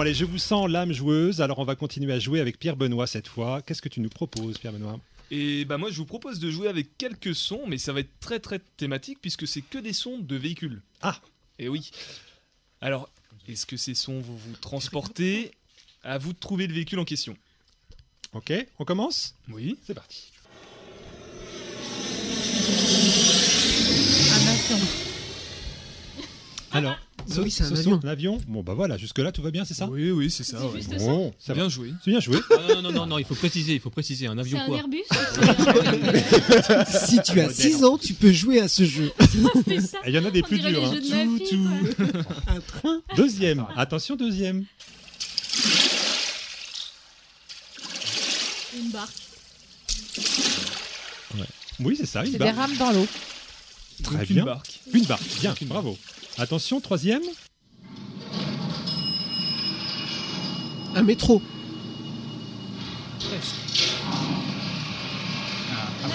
allez, je vous sens l'âme joueuse. Alors, on va continuer à jouer avec Pierre Benoît cette fois. Qu'est-ce que tu nous proposes, Pierre Benoît Et bah moi je vous propose de jouer avec quelques sons, mais ça va être très très thématique puisque c'est que des sons de véhicules. Ah. Et oui. Alors, est-ce que ces sons vont vous transporter À vous de trouver le véhicule en question. Ok, on commence Oui. C'est parti. Un avion. Alors, oui, c'est un ce sont avion. l'avion. Bon, bah voilà, jusque-là, tout va bien, c'est ça Oui, oui, c'est ça. C'est ouais. juste ça. Bon, ça va. Bien joué. C'est bien joué. Ah, non, non, non, non, il faut préciser, il faut préciser. Un C'est avion un quoi Airbus hein, Si tu as 6 ans, tu peux jouer à ce jeu. C'est ça Et Il y en a des On plus dirait durs. les hein. jeux de ma fille, quoi. Un train Deuxième. Attention, deuxième. Une barque. Oui, c'est ça, une C'est des barre. rames dans l'eau. Très Donc, bien. Une barque. Une barre. Bien, bravo. Attention, troisième. Un métro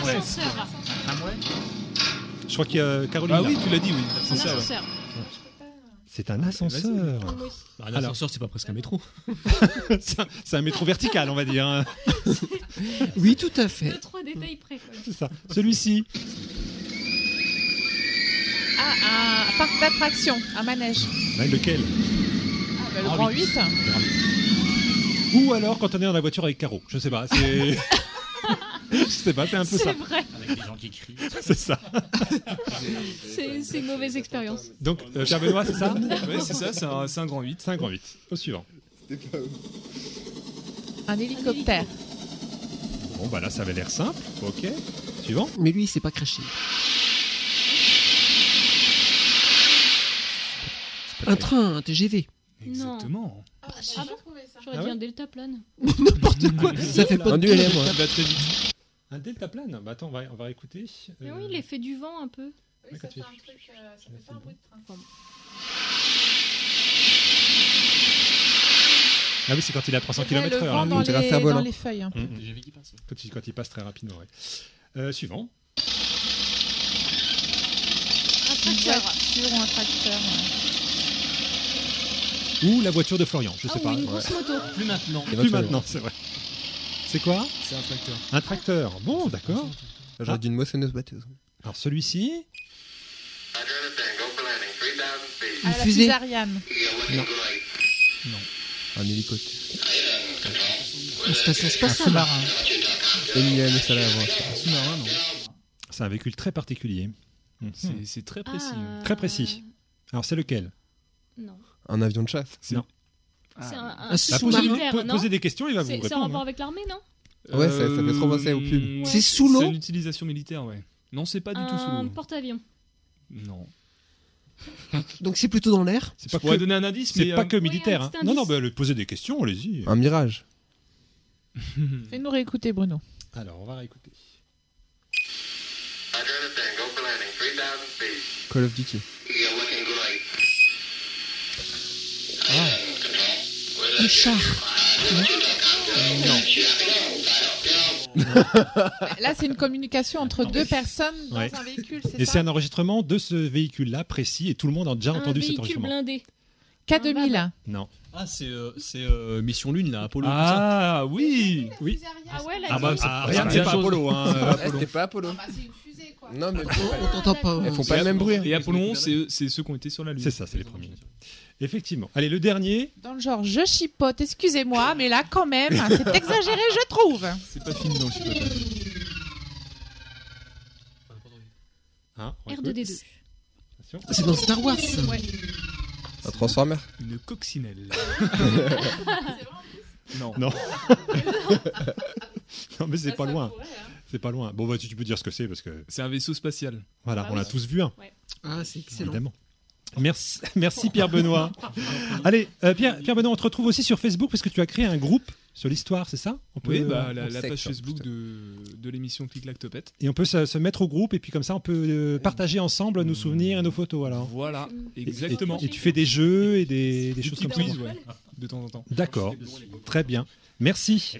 Un ascenseur. Je crois qu'il y a Caroline. Ah là. oui, tu l'as dit, oui. Un C'est ça. ouais. ascenseur. C'est un ascenseur. Bah, Un Alors. ascenseur, c'est pas presque un métro. C'est un- c'est un métro vertical, on va dire. hein. Oui, tout à Deux, fait. trois détails près. quoi. C'est ça. Celui-ci. Ah, un parc d'attraction, un manège. Ouais, lequel Ah, bah, le grand 8. Ou alors quand on est dans la voiture avec Caro. Je sais pas. C'est. Je sais pas, c'est un peu C'est ça. vrai, Avec les gens qui crient. C'est ça. c'est c'est une mauvaise expérience. Donc, euh, Pierre Benoît, c'est ça Ouais, c'est ça, c'est un, c'est un grand 8. 5 en 8. Au suivant. Un hélicoptère. Bon, bah là, ça avait l'air simple. Ok. Suivant. Mais lui, il s'est pas craché. Un train, un TGV. Exactement. Ah bon J'aurais Ah dit ouais un deltaplane. N'importe quoi. Ça fait pas de duel, moi. Ça va très vite. Un deltaplane Bah attends, on va, on va réécouter. Euh, Mais oui, l'effet du vent un peu. Oui, ça fait un truc, ça fait pas un bruit de train. Ah oui, c'est quand il est à 300 C'est vrai, km/h. Eh ben, le vent hein, dans, donc, les, la folle, dans hein. les feuilles. hein. Mm, mm. J'ai vu qui passe. Quand, il, quand il passe très rapidement, ouais. Euh, suivant. Un Une tracteur. voiture ou un tracteur. ouais. Ou la voiture de Florian, je Ah sais ou pas. une Ouais. grosse moto. Plus maintenant. Plus maintenant, c'est vrai. C'est quoi C'est un tracteur. Un tracteur. Bon, d'accord. J'aurais dit une hein. moissonneuse batteuse. Alors celui-ci, Ah, la fusée. fusée Ariane. Un hélicoptère. Une station Ah, spatiale. Emilienne, ça l'a à voir. ça. Sous-marin, non c'est un véhicule très particulier. Mhm. C'est- C'est très précis. Ah, Très précis. Alors c'est lequel Non. Un avion de chasse. C'est un, un- Un c'est Là, sous- posez, militaire, Bah, po- non posez des questions, il va vous c'est en répondre. hein. rapport avec l'armée, non Ouais, ça- ça fait trop penser aux pubs. ouais. C'est sous l'eau Euh, C'est une utilisation militaire, ouais. Non, c'est pas du tout sous Un l'eau. porte-avions. Non. Donc c'est plutôt dans l'air. C'est Je pas pourrais que, donner un indice, c'est mais. pas euh, que militaire. un hein. petit Non, non, indice. bah, le- posez des questions, allez-y. Un mirage. Hmm. Fais-nous réécouter, Bruno. Alors on va réécouter. Call of Duty. Un char. Là, c'est une communication entre deux personnes dans Ah. Ouais. un véhicule, c'est Et c'est ça un enregistrement de ce véhicule-là précis, et tout le monde a déjà Un entendu cet véhicule enregistrement. blindé. K2000. hein. Non. Ah, c'est euh, c'est, euh, Mission Lune, là, Apollo. tout ça. Ah oui Oui. Ah ouais, là, Ah bah, c'est- ah, c'est rien, la c'est même pas chose. Apollo. Hein. euh, Apollo. Ah, C'était pas Apollo. c'est une fusée, quoi. Non, mais On t'entend pas. elles font pas le même bruit. Et Apollo 11, c'est- c'est ceux qui ont été sur la Lune. C'est ça, c'est les premiers. Effectivement. Allez, le dernier. Dans le genre, je chipote, excusez-moi, mais là, quand même, c'est exagéré, je trouve. C'est pas fini dans le chipotage. Hein, on écoute. R2D2. Attention. C'est dans Star Wars. ça. Ouais. hein. Un Transformer. Une coccinelle. non. Non. Non, mais Ah, c'est pas loin. C'est pas loin. Bon, bah, tu tu peux dire ce que c'est parce que C'est un vaisseau spatial. voilà, Ah on oui. l'a tous vu hein. un, Ah, c'est excellent. évidemment. Merci, merci Pierre Benoît. Allez, euh, Pierre, Pierre Benoît, on te retrouve aussi sur Facebook parce que tu as créé un groupe sur l'histoire, c'est ça on peut, Oui, bah, la, on la page sait que ça, Facebook putain. de, de l'émission Clic Clac Topette. Et on peut se, se mettre au groupe et puis comme ça, on peut euh, partager ensemble nos souvenirs et nos photos. Alors. Voilà, Et- et- exactement. Et, tu fais des jeux et des, des choses petits comme ça. quiz, ouais, de temps en temps. D'accord, très bien. Merci.